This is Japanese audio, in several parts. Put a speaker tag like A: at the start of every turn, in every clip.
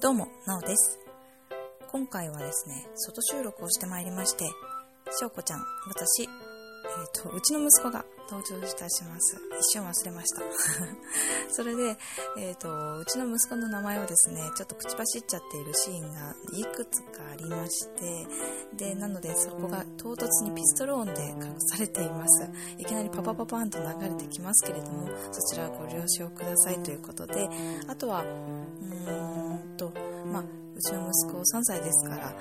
A: どうも、なおです。今回はですね、外収録をしてまいりまして、しょうこちゃん、私、えっ、と、うちの息子が登場いたします。一瞬忘れました。 それで、えっ、と、うちの息子の名前をですね、ちょっと口走っちゃっているシーンがいくつかありまして、で、なのでそこが唐突にピストル音で隠されています。いきなりパパパパーンと流れてきますけれども、そちらはご了承くださいということで、あとは、うーんと、まあ、うちの息子3歳ですから、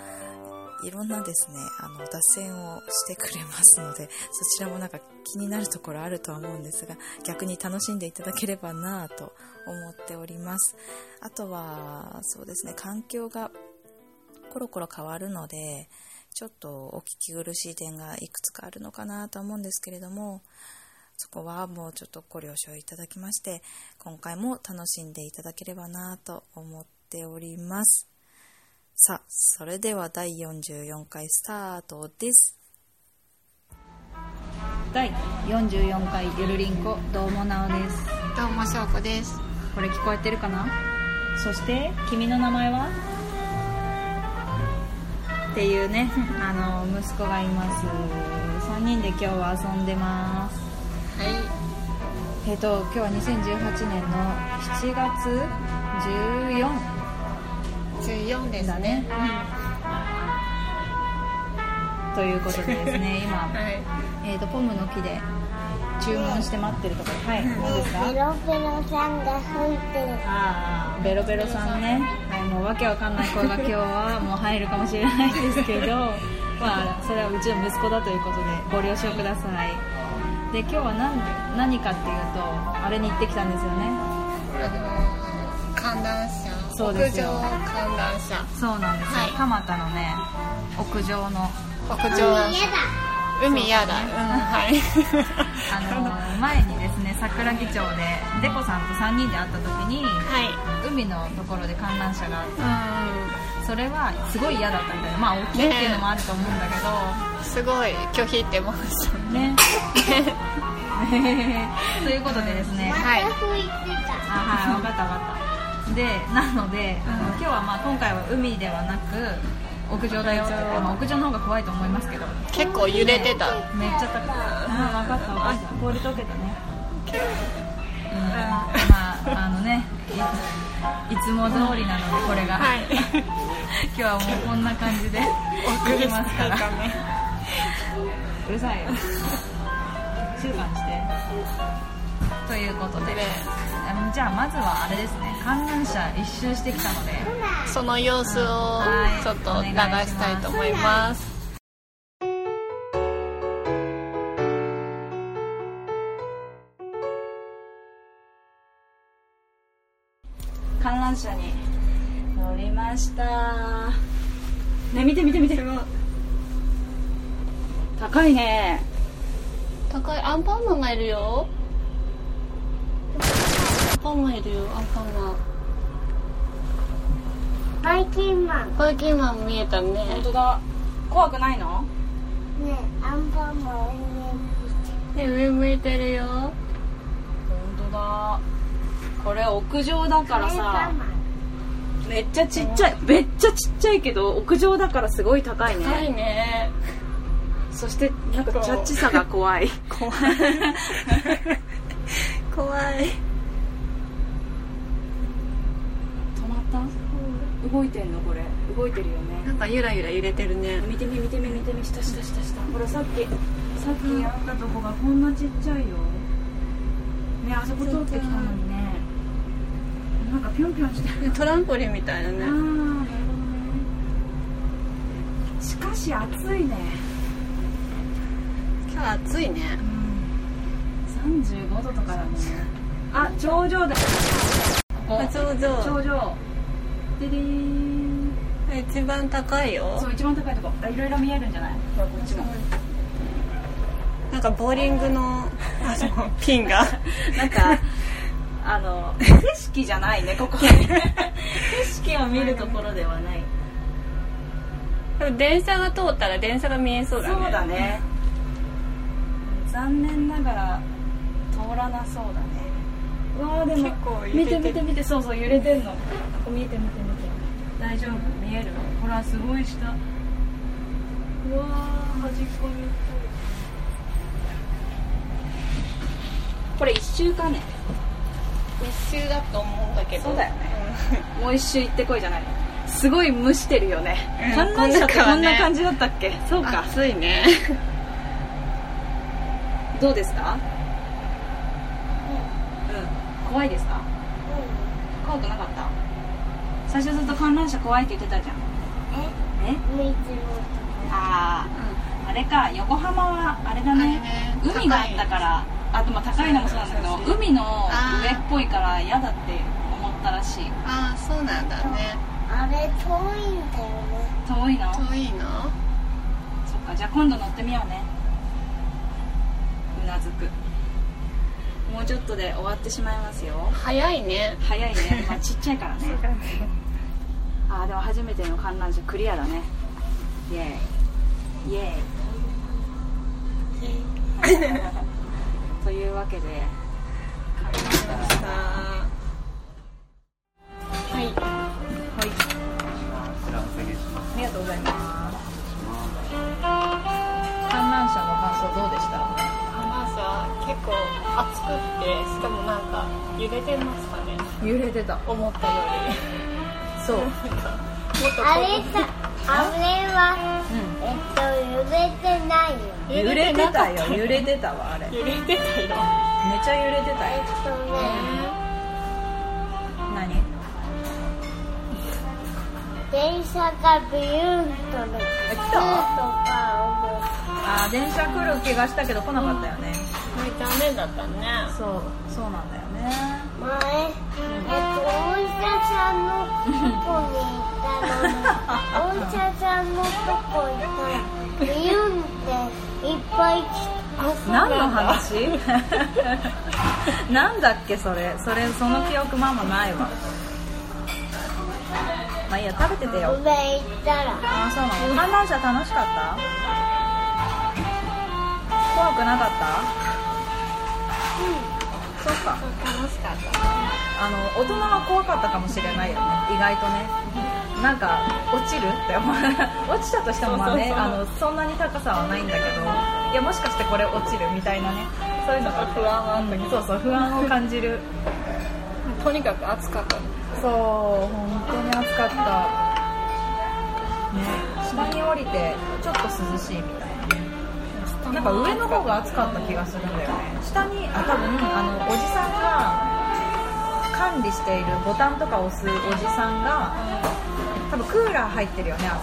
A: いろんなですね、あの、脱線をしてくれますので、 そちらもなんか気になるところあるとは思うんですが、逆に楽しんでいただければなぁと思っております。あとは、そうですね、環境がコロコロ変わるので、ちょっとお聞き苦しい点がいくつかあるのかなとは思うんですけれども、そこはもうちょっとご了承いただきまして、今回も楽しんでいただければなぁと思っております。さあ、それでは第44回スタートです。
B: 第44回ゆるりんこどうもなおです
C: どうもしょうこです。
B: これ聞こえてるかなそして君の名前はっていうねあの息子がいます3人で今日は遊んでます
C: は
B: えっと今日は2018年の7月14
C: い、十四です
B: だね、ということでですね 今、
C: はい。
B: えー、とポムの木で注文して待ってるところはい何ですか
D: ベロベロさんが吹いてる。
B: あーベロベロさんね、はい、もうわけわかんない声が今日はもう入るかもしれないですけど まあそれはうちの息子だということでご了承くださいで今日は何何かっていうとあれに行ってきたんですよね
C: あのー、観覧車。
B: そうですよ
C: 屋上観覧車。
B: そうなんですよ、
C: はい
B: 蒲田のね屋上の
C: 屋上。
D: 嫌だ。
C: 海やだ。うん、はい。
B: あの前にですね桜木町でデコさんと3人で会った時に
C: は
B: 海のところで観覧車があっ
C: い。
B: てそれはすごい嫌だったみたいなまあ大きいっていうのもあると思うんだけど、
C: うん、すごい拒否ってました。
B: ね。ということでですね。
C: はい
D: また吹いて
B: あ、
D: た。
B: はい、わかったわかった。で、なので、あの今日はまあ今回は海ではなく屋上だよって言って、まあ屋上の方が怖いと思いますけど、
C: 結構揺れてた。
B: めっちゃ高い。あ、わかったわかった。氷溶けたね。うん、まああのね、いいつも通りなのでこれが、
C: はい。
B: 今日はもうこんな感じで送りますから。
C: ね。
B: うるさいよ静かにしてということで、
C: ね
B: あのじゃあまずはあれですね観覧車一周してきたので
C: その様子を
B: はい
C: ちょっと流したいと思います。
B: 観覧車に乗りましたね見て見て見て高いね
C: 高いアンパンマンがいるよ。アンパンマンいるよ。アンパンマン。
D: バイキンマン。
C: バイキンマン見えたね。
B: 本当だ怖くないの
D: ねえ、アンパンマンね。
C: 上向いてるよ。
B: 本当だこれ屋上だから
D: ア
B: さ
D: ンパンマン。
B: めっちゃちっちゃいめっちゃちっちゃいけど屋上だからすごい高いね
C: 高いね。
B: そしてなんかジャッジさが怖い怖い怖い止まった動いてんのこれ動いてるよね
C: なんかゆらゆら揺れてるね。
B: 見てみ見てみ見てみ下下下下ほらさっきさっきやったとこがこんなちっちゃいよねあそこ通ってきたのにねなんかぴょんぴょんしてる
C: トランポリンみたいな
B: あーなるほど。ねしかし暑いね
C: 今日暑いね。
B: 三十五度とかだね。あ、頂上だ。ここ
C: 頂上。
B: 頂上。ででーん。
C: 一番高いよ
B: そ。う一番高いとこ。あ、いろいろ見えるんじゃない？ほらこっちも。
C: なんかボーリング のあそこピンが。
B: なんかあの景色じゃないねここ。景色を見るところではない。
C: でも電車が通ったら電車が見えそ
B: そう
C: うだね。
B: だね。残念ながら通らなそうだね。うわあでも
C: 結構揺れ
B: 見
C: て
B: て
C: る
B: 見て見てそうそう揺れてんの。ここ見えて見て見て。大丈夫見えるほらすごい下うわー端っこにこれ1周かね
C: 一周だと思うんだけど
B: そうだよねもう一周行ってこいじゃないすごい蒸してるよね、観覧車ってこ
C: こ
B: ん
C: ん
B: な
C: な
B: 感
C: 感
B: じだったっけそう
C: うん
B: か
C: 暑いね
B: どうですかうん怖いですか怖くなかった最初ずっと観覧車怖いって言ってたじゃんえ
D: うん。水の
B: ああ、あれか横浜はあれだね
C: あれね
B: 海があったからあとまあ高いのもそうなんだけど
C: そうそう
B: 海の
C: あー
B: 上っぽいから嫌だって思ったらしい
C: ああそうなんだね
D: あれ遠いんだよね。
B: 遠いの
C: 遠いの
B: そっかじゃあ今度乗ってみようねうなずくもうちょっとで終わってしまいますよ
C: 早いね
B: 早いね、まあ、ちっちゃいからねああでも初めての観覧車クリアだねイエーイイエーイというわけで
C: さあはい
B: ありがとうございます観覧車の感想どうでした
C: 浜さ結構暑くってしかもなんか揺れてましたね
B: 揺れてた
C: 思ったよ
B: そう、うん、
C: りなんかもっとこ
D: あれさ、あれは、えっと、揺れてないよ。
C: う
B: 揺れて
C: なか
B: た
C: っ
B: よ揺れてたわあれめ
C: 揺れてたよ
B: ちゃ揺れてた
D: えっ
B: よ
D: とね、
B: 何
D: 電車がビューンとね、
B: え来た
D: スーとか
B: あー電車来る気がしたけど来なかったよね、
C: もう残念だったね
B: そうそうなんだよね
D: を前、えっと、お医者さんのとこに行ったのに、お医者さんのとこ行ったら、ビューンっていっぱい来た。
B: 何の話 なんだっけそれそれその記憶ママないわまあいいや食べてて
D: 上
B: よ
D: 行ったら、
B: ああそうなの観覧車楽しかった怖くなかったうんそっか
C: 楽しかった
B: あの大人は怖かったかもしれないよね意外とねなんか落ちるって思う落ちたとしてもまあね
C: そうそうそう
B: あのそんなに高さはないんだけどいやもしかしてこれ落ちるみたいなねそういうのが
C: 不安はあったけど
B: そうそう不安を感じる
C: とにかく暑かった
B: そう本当に暑かったね下に降りてちょっと涼しいみたいなねなんか上の方が暑かった気がするんだよね下にあ多分あのおじさんが管理しているボタンとかを押すおじさんが多分クーラー入ってるよねあ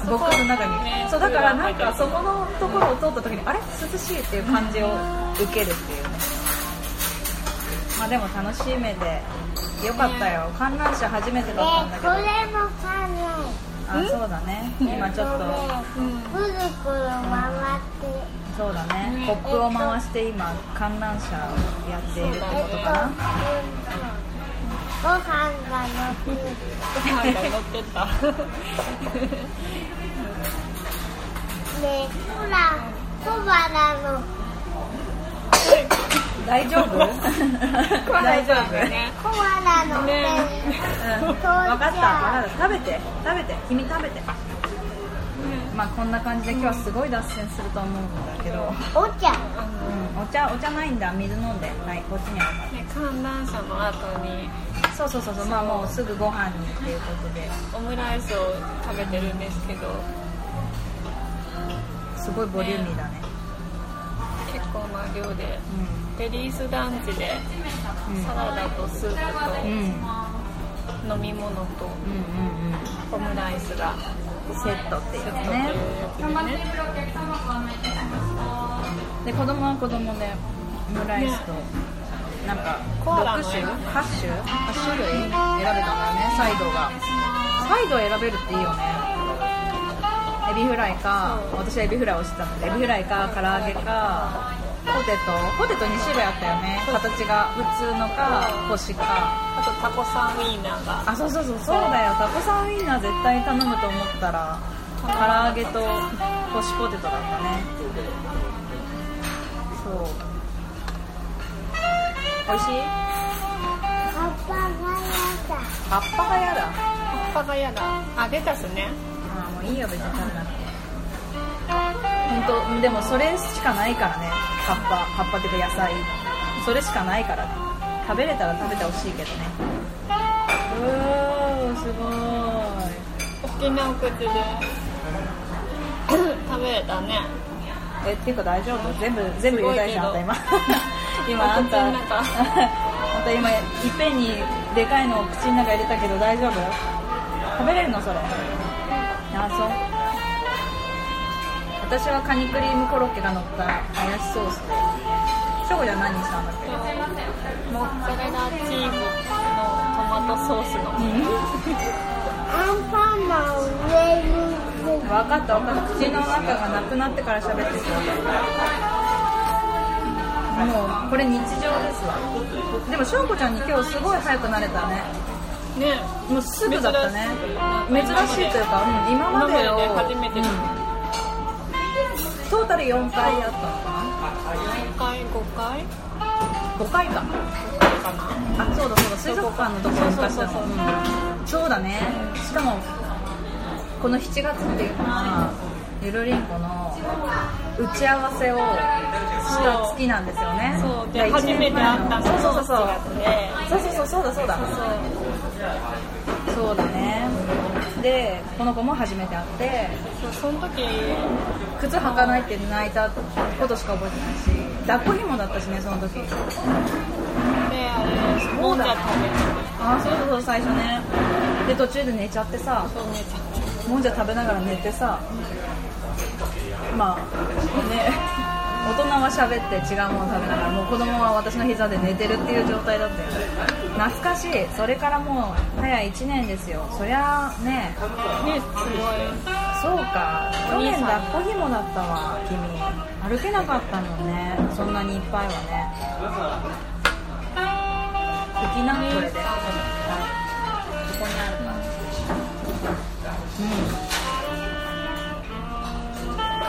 B: そ
C: あそ
B: このボ
C: こ
B: ックスの中に、
C: ね
B: そうだからなんかそこのところを通った時にあれ涼しいっていう感じを受けるっていうねまあでも楽しめてよかったよ観覧車初めて
D: え、これも買わない。
B: だったんだけどあそ
D: く
B: うだね今ちょっと
D: るくる回って。
B: そうだねコップを回して今観覧車をやっているってこ
D: えっと、
B: と
D: ご
B: かな
D: 飯が
C: な
D: 乗ってる。
C: んか乗ってた
D: ねえ、ほら、小腹の。
B: 大丈夫 大丈夫
C: ね
D: 小腹のね。
B: うん分かった分かった食べて食べて君食べてまあこんな感じで今日はすごい脱線すると思うんだけど、
D: お茶。
B: うん、お茶お茶ないんだ水飲んではいこっちには
C: ね観覧車の後に
B: そうそうそうそうまあもうすぐご飯にっていうことで
C: オムライスを食べてるんですけど
B: すごいボリューミーだね
C: 結構な量でレディース団地でサラダとスー
B: うん、うん
C: プと飲み物と
B: うんうんう
C: オムライスが
B: んセットっていうねで子供は子供でオムライスと、なんか
C: コアラ
B: 6
C: の
B: 種8種8種類選べたからねサイドがサイド選べるっていいよねエビフライか私はエビフライをしてたのでエビフライか唐揚げかポテトポテト2種類あったよね形が普通のか星か
C: あとタコさんウインナーが
B: あそうそうそうそうだよタコさんウインナー絶対頼むと思ったら唐揚げと干しポテトだったねそう美味しい
D: パパがやだ。
B: 葉
C: パ
B: っぱが嫌だ
C: 葉が嫌だあレタスね
B: ああもういいよ別に食べなくて本当でもそれしかないからね葉っぱ葉っぱっていうか野菜それしかないからね食べれたら食べてほしいけどねうーすごーい
C: 大きなお口で食べれたね
B: えっていうか大丈夫全部全部入れたいじゃんあんた今今 あんた
C: 口の中
B: あんた今いっぺんにでかいのを口の中入れたけど大丈夫食べれるのそれあそう私はカニクリームコロッケが乗ったもやしソースでしょこちゃん何にしたんだっけ
C: モッツァレラチーズのトマトソースの
D: アンパンマン上に
B: 分かった分かった口の中がなくなってから喋ってくださいもうこれ日常ですわでもしょうこちゃんに今日すごい早くなれたね
C: ね
B: もうすぐだったね珍しいというか、うん、今ま
C: 今まで
B: で
C: で
B: を
C: 初めて
B: トータル4回やったのか
C: 4回5回
B: な5回か
C: かな
B: あそうだそうだ水族館のところに行かしたの
C: そうそう
B: うんそうだねしかもこの7月っていうのはゆるりんこの打ち合わせをした月なんですよね
C: そう
B: だ
C: で
B: から
C: 初めて会ったの
B: 一年前のそうそうそうそう
C: 7月で
B: そうそうそうそうだそうだそうだねでこの子も初めて会って
C: そうそうその時
B: 靴履かないって泣いたことしか覚えてないし抱っこひもだったしねその時
C: であれスポ
B: そう
C: ンジ
B: だ
C: ャ食
B: あそうそうそう最初ねで途中で寝ちゃってさ
C: べてそうねちゃん
B: もんじゃ食べながら寝てさまあね大人は喋って違うもの食べながらもう子供は私の膝で寝てるっていう状態だったよ懐かしいそれからもう早1年ですよそりゃあね
C: とねす
B: そうか去年抱っこひもだったわ君歩けなかったもんねそんなにいっぱいはね好きなこれではいここにあるから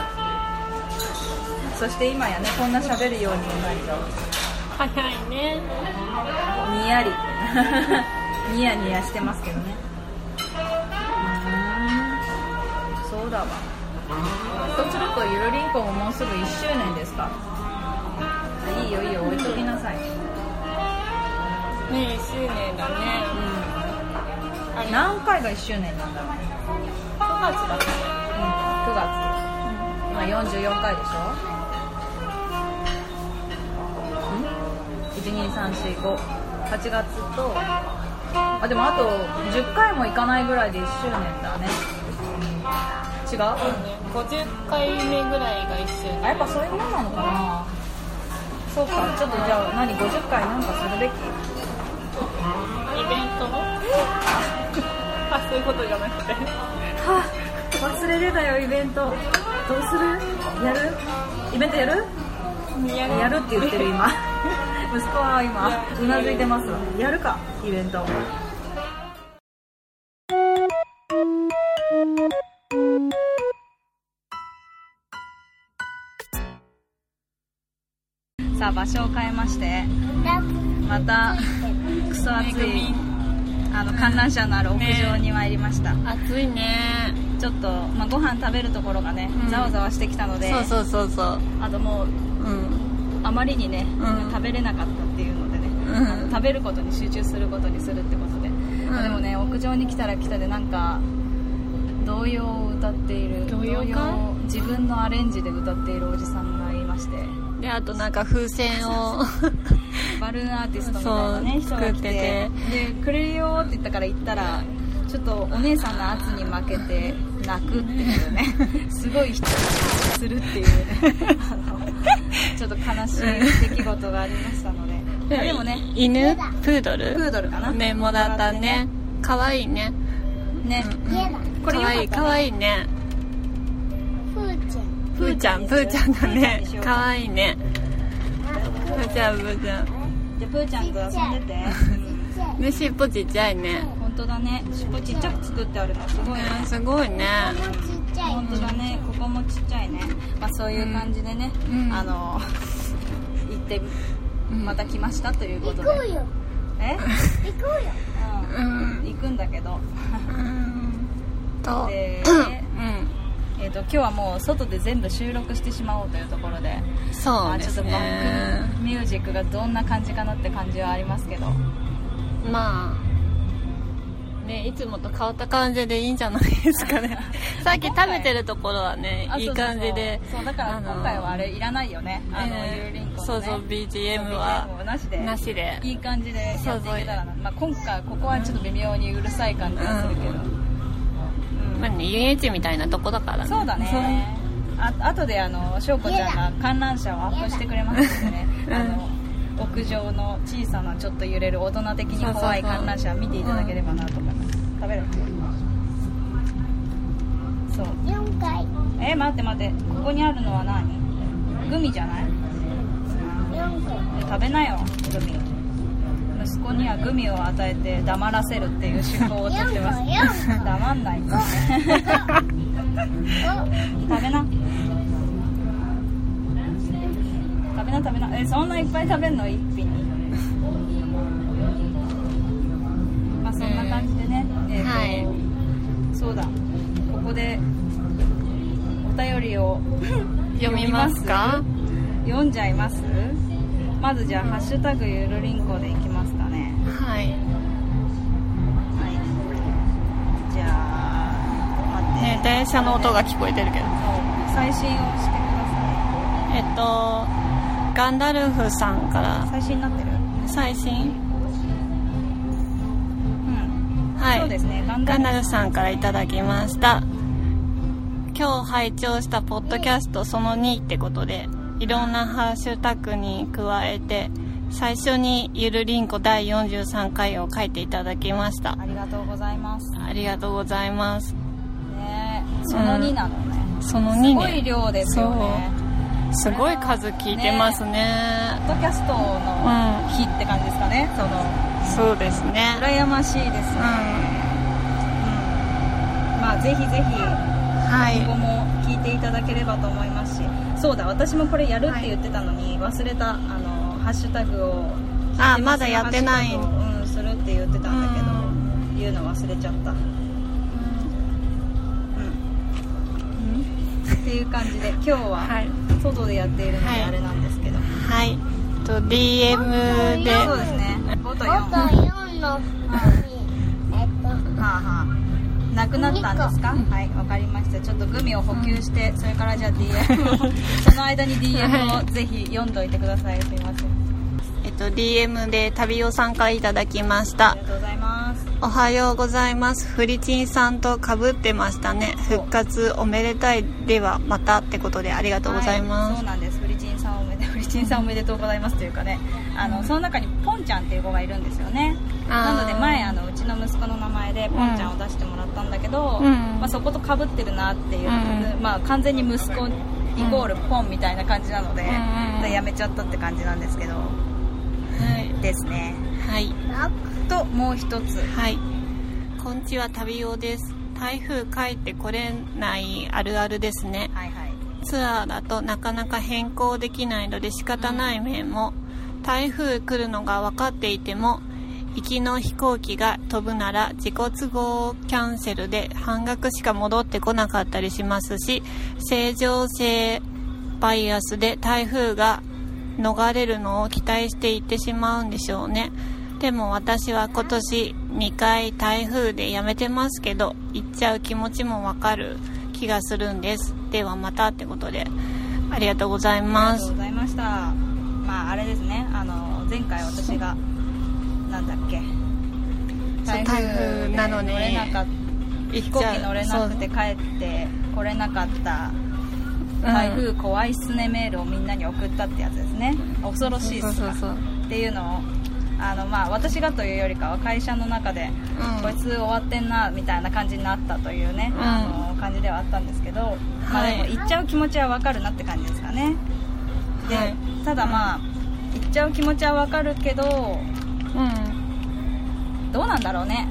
B: うんそして今やねこんな喋るようにもなり
C: ごい早いね
B: にやり ニヤニヤしてますけどねうーんそうだわそうするとゆるりんこももうすぐ1周年ですかいいよいいよ置いときなさい、
C: ね1周年だねあれ
B: 何回が1周年なんだろうね、
C: 9月だね
B: うん、9月まあ44回でしょん12345 8月とあでもあと10回もいかないぐらいで1周年だね違う
C: 50回目ぐらいが1周
B: あ
C: 年
B: やっぱそういうもんなのかなそうかちょっとじゃあ何50回なんかするべき
C: イベントのあそういうことじゃなくて
B: は忘れてたよイベントどうするやるイベントやる
C: や
B: やるって言ってる今息子は今う
C: いや
B: なずいてますわやるかイベントさあ場所を変えまして
D: だ
B: またクソ暑
C: めぐみ
B: いあの観覧車のある屋上に参りました、
C: 暑いね
B: ちょっと、まあ、ご飯食べるところがね、
C: うん
B: ざわざわしてきたので
C: うそうそう
B: あともう
C: うん
B: あまりにね、
C: うん
B: 食べれなかったっていうのでね、
C: うん
B: あの食べることに集中することにするってことで、
C: ん
B: でもね屋上に来たら来たでなんか童謡を歌っている
C: 童謡か
B: を自分のアレンジで歌っているおじさんがいまして
C: であとなんか風船を
B: バルーンアーティストみたいなね
C: そう
B: 人が来てでくれるよって言ったから行ったらちょっとお姉さんの圧に負けて泣くってい うねすごい人がするっていうねあのちょっと悲しい出来事がありましたのででもね
C: 犬プード
B: プ
C: ル
B: ードルかな
C: ねもらったね可愛いね
B: ね
D: 家だ
B: これよ
C: 可
B: かった
C: 愛い
B: ね
C: 可愛いね
D: ふーちゃん
C: プーちゃんプーちゃんだね
B: プーちゃんにしよう
C: 可愛いねプーちゃんプーちゃん
B: じゃあプーちゃんと遊んでて
D: じゃあ
C: ね尻尾ちっちゃいね
B: 本当だね尻尾ちっちゃく作ってあるのすごいね
C: うんすごいね
D: このちっちゃい
B: 本当だねここもちっちゃいね、まあ、そういう感じでね、
C: うんうん
B: あの 行って
C: ん
B: また来ましたというこ
D: 行
B: と
D: こ
B: で
D: うよ
B: え、
D: 行こうよ
B: うん、行くんだけど
C: うんと、
B: で
C: うん
B: えー、と今日はもう外で全部収録してしまおうというところで
C: そうで
B: ちょっ
C: す
B: とバ
C: ね
B: ックミュージックがどんな感じかなって感じはありますけど
C: まあねいつもと変わった感じでいいんじゃないですか ねさっき食べてるところはね
B: あ
C: いい感じで
B: そうそうそうそうだから
C: あの
B: 今回はあれいらないよねあの
C: えー
B: ゆうりんこの、ね、
C: そうそう BGM は
B: BGM なしで
C: なしで
B: いい感じでやっていけたらな、まあ、今回ここはちょっと微妙にうるさい感じがするけど、
C: うん
B: うん
C: まあね遊園地みたいなとこだからね
B: そうだねああとであの翔子ちゃんが観覧車をアップしてくれますのでね、
C: うん
B: あの屋上の小さなちょっと揺れる大人的に怖い
C: そうそうそう
B: 観覧車を見ていただければなと思います食べるそう
D: 4回
B: え待って待ってここにあるのは何グミじゃない
D: 4回
B: 食べなよグミ息子にはグミを与えて黙らせるっていう手法をとってます黙んない食べな食べな食べなえそんないっぱい食べんの一品にまあそんな感じでね、えーと
C: はい
B: そうだここでお便りを
C: 読みますか
B: 読んじゃいますまずじゃあ「ハッシュタグゆるりんこ」でいきますかね
C: はい
B: はいじゃあ待って、
C: ね電車の音が聞こえてるけど
B: そう最新をしてくださ
C: えっとガンダルフさんから
B: い最新になってる
C: 最新
B: うん
C: はい
B: そうですねガンダ
C: ガ
B: ル
C: ナルさんからいただきました今日拝聴したポッドキャストその2ってことでいろんなハッシュタグに加えて最初にゆるりんこ第43回を書いていただきました
B: ありがとうございます
C: ありがとうございます
B: ねその2なのね、
C: その
B: す
C: 2
B: ごい
C: ね
B: 量ですよね
C: すごい数聞いてますね
B: ポッドキャスト
C: う
B: の
C: ん
B: 日って感じですかねその
C: そうですね
B: 羨ましい
C: う
B: です
C: ん
B: ね、まあぜひぜひ
C: は
B: ここ
C: い
B: も聞いていただければと思いますしそうだ私もこれやるって言ってたのに、忘れたあのハッシュタグを聞いてす
C: あまだやってない
B: ハッシュタグをうん、するって言ってたんだけど、言うの忘れちゃった、うん、っていう感じで今日
C: は
B: はい外でやっているので
C: はい
B: あれなんですけど、
C: はいと DM で
B: そうですね5と4
D: 元
B: は
D: 4の方にえっと
B: あはあなくなったんですかはいわかりましたちょっとグミを補給して、それからじゃあ DM をその間に DM をぜひ読んどいてくださいすいません
C: えっと、DM で旅を参加いただきました
B: ありがとうございます。
C: おはようございますフリチンさんとかぶってましたね復活おめでたいではまたってことでありがとうござい
B: は
C: ま
B: そう
C: す、
B: なんです。フリチンさんおめでフ リチンさんおめでとうございますというかね、あのその中にポンちゃんっていう子がいるんですよね。
C: あー
B: なので前あのうちの息子の名前でポンちゃんを出してもらったんだけど、
C: うん
B: まあそこと被ってるなってい
C: う
B: う、
C: ん
B: まあ完全に息子イコールポンみたいな感じなので、
C: うん
B: でやめちゃったって感じなんですけど、
C: はい
B: ですね。
C: はい
B: ともう一つ。
C: はいこんちは旅用です台風帰ってこれないあるあるですね
B: はいはい。
C: ツアーだとなかなか変更できないので仕方ない面も、台風来るのが分かっていても行きの飛行機が飛ぶなら自己都合キャンセルで半額しか戻ってこなかったりしますし正常性バイアスで台風が逃れるのを期待していってしまうんでしょうねでも私は今年2回台風でやめてますけど行っちゃう気持ちもわかる気がするんですではまたってことでありがとうござい
B: あり
C: ま
B: がとう
C: す
B: ございましたまああれですねあの前回私がなんだっけ
C: そう台風なのに
B: 乗れなかっ飛
C: 飛
B: 行機乗れなくて帰って来れなかった台風怖いっすねメールをみんなに送ったってやつですね恐ろしいっ
C: そう
B: す
C: そう
B: わ
C: そう
B: っていうのをあのまあ私がというよりかは会社の中で、
C: うん
B: こいつ終わってんなみたいな感じになったというね、
C: うん
B: あの感じではあったんですけど、まあ
C: はい
B: でも行っちゃう気持ちはわかるなって感じですかねで、
C: はい
B: ただまあ、行っちゃう気持ちはわかるけど
C: うん
B: どうなんだろうね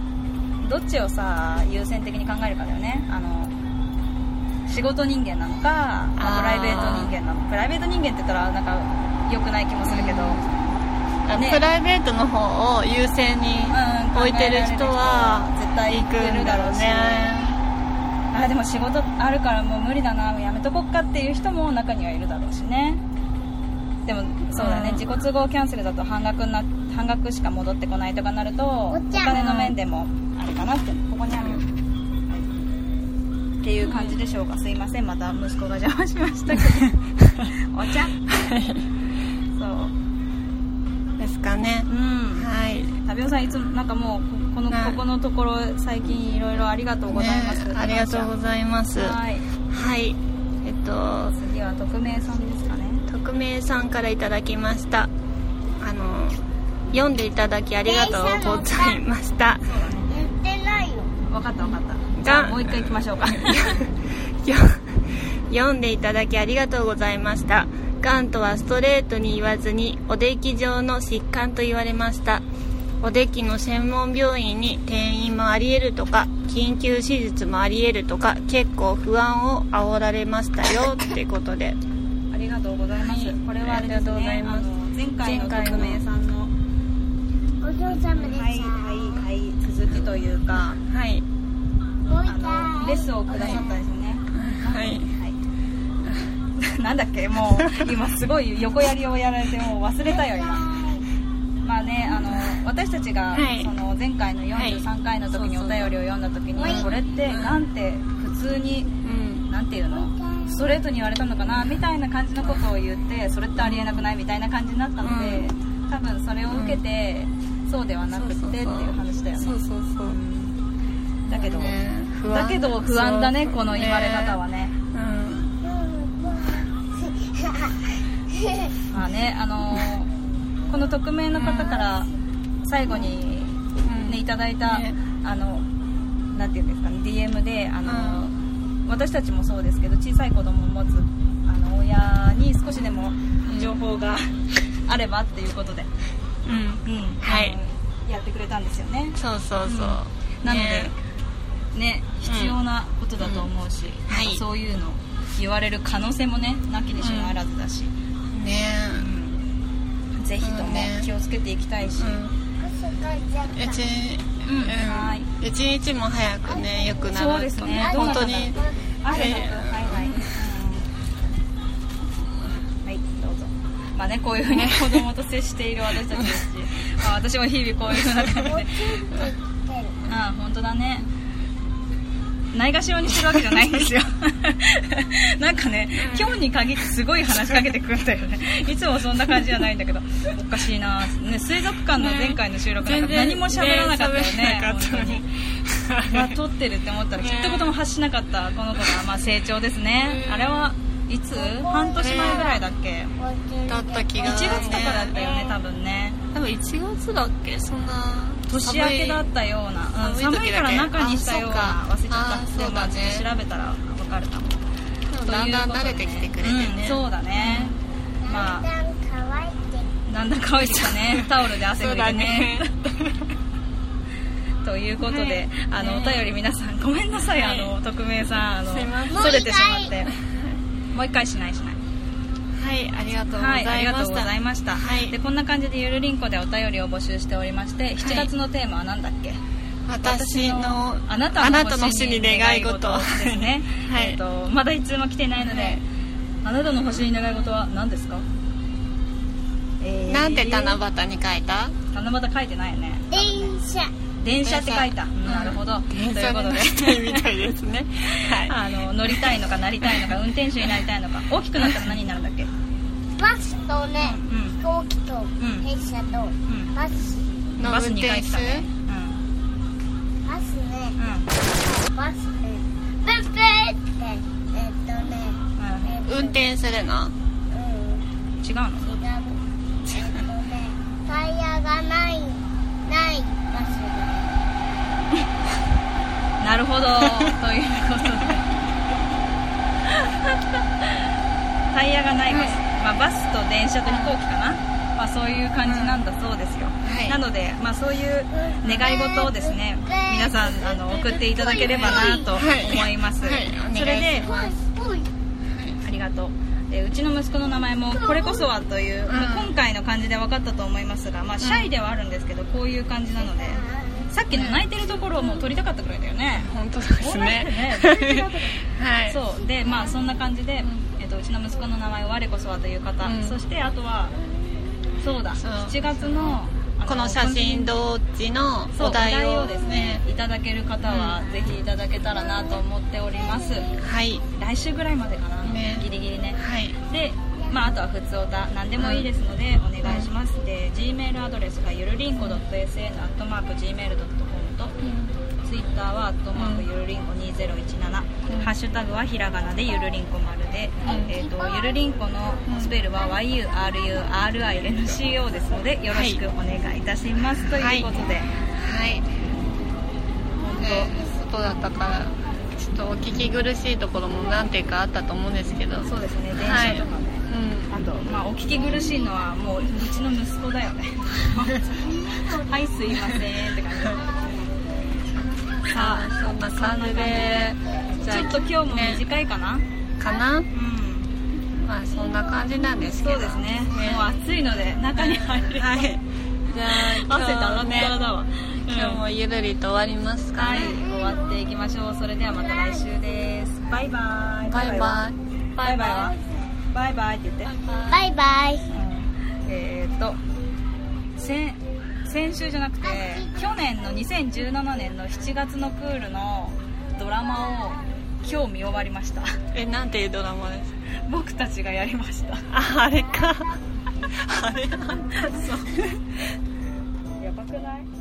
B: どっちをさ優先的に考えるかだよねあの仕事人間なのか
C: あー
B: プライベート人間なのかプライベート人間って言ったらなんか良くない気もするけど、ね
C: プライベートの方を優先に
B: うん
C: 置いてる人は
B: 考えられる人は絶対
C: 行くんだろうね
B: 行くんだろうあでも仕事あるからもう無理だなやめとこっかっていう人も中にはいるだろうしねでもそうだね、
C: うん
B: 自己都合キャンセルだと半額な半額しか戻ってこないとかなるとお
D: 茶
B: 金の面でもあれかなってここにあるよっていう感じでしょうかすいませんまた息子が邪魔しました けどお茶そう
C: ですかね
B: うん
C: はい
B: 旅夫さんいつもなんかもうここの
C: はい
B: ここのところ最近いろいろありがとうございます、
C: ねありがとうございますは
B: はい
C: いえっと
B: 次は匿名さんですかね
C: 匿名さんからいただきましたあの読んでいただきありがとうございました
D: やってないよ
B: 分かった分かったじゃあもう一回行き ましょうか
C: よ 読んでいただきありがとうございましたがんとはストレートに言わずにおでき上の疾患と言われましたおできの専門病院に転院もありえるとか緊急手術もありえるとか結構不安を煽られました よってことで
B: ありがとうございます、
C: はい
B: これはあれです
C: ありがと
B: ね
C: うございます
B: あの前回の
C: 前回
B: 匿
C: の
B: 名さんの
D: お父様で
B: はい
D: した
B: はいはい続きというか
C: はい
D: もう
B: あ
D: 一
B: のレッ
D: 回
B: スンをくださったですね
C: はい
B: はい なんだっけもう今すごい横やりをやられてもう忘れたよ今まあね、あの私たちが、
C: はい
B: その前回の43回の時にお便りを読んだ時に、
D: はい
B: これってがんって普通に
C: うん
B: なんていうのストレートに言われたのかなみたいな感じのことを言ってそれってありえなくないみたいな感じになったの
C: う
B: で、多分それを受けて、そうではなくてっていう話だよね
C: そうそうそう
B: だけど、
C: ね不安
B: だけど不安だね
C: そう
B: この言われ方はね
C: うん
B: まあねあのーこの匿名の方から最後に、
C: うん
B: ね、いただいた、
C: ね
B: あのなんていうんですかね DM であの、私たちもそうですけど小さい子供を持つあの親に少しでも情報が あればっていうことで、
C: うん
B: うん
C: はい
B: あのやってくれたんですよね
C: そうそうそう、
B: なので
C: ね
B: ね必要なことだと思うし、
C: はい
B: そういうの言われる可能性もねなきにしもあらずだし、
C: ね
B: うんぜひとも気をつけていきたいし、
C: うんうち
B: うんはい
C: うん一日も早くね良くなると
B: そうですね
C: 本当に
B: ある
C: ええ
B: のはいはい、はいどうぞまあねこういうふうに子供と接している私たちですし、まあ、私も日々こういうふうな感じでああ本当だねないがしろにしてるわけじゃないんですよなんかね、今日に限ってすごい話しかけてくるんだよねいつもそんな感じじゃないんだけどおかしいな、ね、水族館の前回の収録なんか何も喋らなかったよね
C: ね喋らなかったね
B: まあ、撮ってるって思ったら
C: ね
B: 一言も発しなかったこの子がまあ 成長ですね、
C: うん
B: あれはいつ半年前ぐらいだっけ、
C: だった気が
B: 1月とかだったよね多分ね
C: 多分1月だっけそんな
B: 年明けだったようなうん
C: 寒い
B: 寒
C: 時
B: い
C: だけ
B: から中にしたような
C: あそ
B: 忘
C: っか
B: れちゃ
C: あ
B: った
C: ーそうだね
B: でもちょっと調べたらわかるかも
C: 多分だんだん慣れてきてくれて
B: うん
C: ね、
B: そうだねまあ
D: だんだん乾いて
B: なんだかわいいです ねタオルで汗
C: そ
B: 拭
C: う
B: いて
C: だ
B: ね
C: ね
B: ということで、
C: はい
B: あのお便り皆さんごめんなさい、
C: はい
B: あの匿名さんあの
C: すいません
B: それてしまって もう一回しないしない
C: はいありがとうご
B: はい、あ
C: ざ
B: り
C: い
B: が
C: ま
B: とう
C: し
B: ご
C: た、
B: ざいました、
C: はい
B: でこんな感じでゆるりんこでお便りを募集しておりまして7月のテーマは何だっけ、
C: 私の
B: あなたの星に願い事です ね、
C: はい
B: えっとまだ一通も来てないので、
C: はい
B: あなたの星に願い事は何ですか、え ー
C: なんで七夕に書いた
B: 七夕書いてないよね
D: 電車
B: 電車って書い
C: 電
B: た、
C: 車
B: なるほどということで
C: 書いみ たいです ねは
B: あの乗りたいのかなりたいのか運転手になりたいのか大きくなったら何になるんだっけ
D: バスとね飛行機と
B: ん
D: 電車と
B: ん
D: バス
C: い
B: バス2回来たね
D: バスね
B: うん、うん
D: バスねブンブンってえっとね
B: う
D: えっと
C: 運転するの
B: ん、違うの
D: うん違うえっとねタイヤがないないバスだ
B: なるほどということでタイヤがないバス、まあ、バスと電車と飛行機かな、まあ、そういう感じなんだそうですよ、
C: はい
B: なので、まあ、そういう願い事をですね皆さんあの送っていただければなと思います、
C: はいはい
B: それで
C: お
D: ぽいぽい
B: ありがとうでうちの息子の名前もこれこそはという、まあ今回の感じで分かったと思いますが、まあ、シャイではあるんですけどこういう感じなのでさっっきの泣いてるところをもう撮りたかったくらいだよね
E: 本当ですね
B: もう泣いてるね
E: はい
B: そうでまあそんな感じで、えっとうちの息子の名前を我こそはという方、
E: うん
B: そしてあとはそうだ
C: そう
B: 7月のあの
C: この写真同時の
B: そう
C: お
B: お題
C: 題
B: を
C: を
B: ですねいただける方は、ぜひいただけたらなと思っております
C: はい
B: 来週ぐらいまでかな、
C: ね
B: ギリギリね
C: はい
B: で、まあ、あとは普通歌何でもいいですのでお願いします、で G メールアドレスがゆるりんこ .sn.gmail.com と、ツイッターは、アットマークゆるりんこ2017、ハッシュタグはひらがなでゆるりんこ丸で、えっ、と、ゆるりんこのスペルは YURURINCO ですので、よろしくお願いいたします。
C: はい
B: ということで、
E: はいね外だったからちょっとお聞き苦しいところも何点かあったと思うんですけどう
B: そうですね、電
E: はい
B: 車とかね。
E: ん
B: あと、まあ、お聞き苦しいのはもううちの息子だよ ねはいすいませんって感じさあ
E: そんな感じでじ
B: ちょっ
E: ゃ
B: と今日も短いかな、
E: あかな
B: うん
E: まあそんな感じなんですけ
B: そ
E: ど
B: うですねもう暑いので中に入り、
E: はいじゃあ
B: 汗だらだらだわ、うん
E: 今日もゆるりと終わりますか
B: は
E: ね
B: い、終わっていきましょうそれではまた来週ですバイバイ
E: バイバイ
B: バイバイはバイバイって言って
D: バイバイ。
B: えーっと先先週じゃなくて去年の2017年の7月のクールのドラマを今日見終わりました
C: えなんていうドラマですか
B: 僕たちがやりました
C: あ あれかあれ
B: やばくない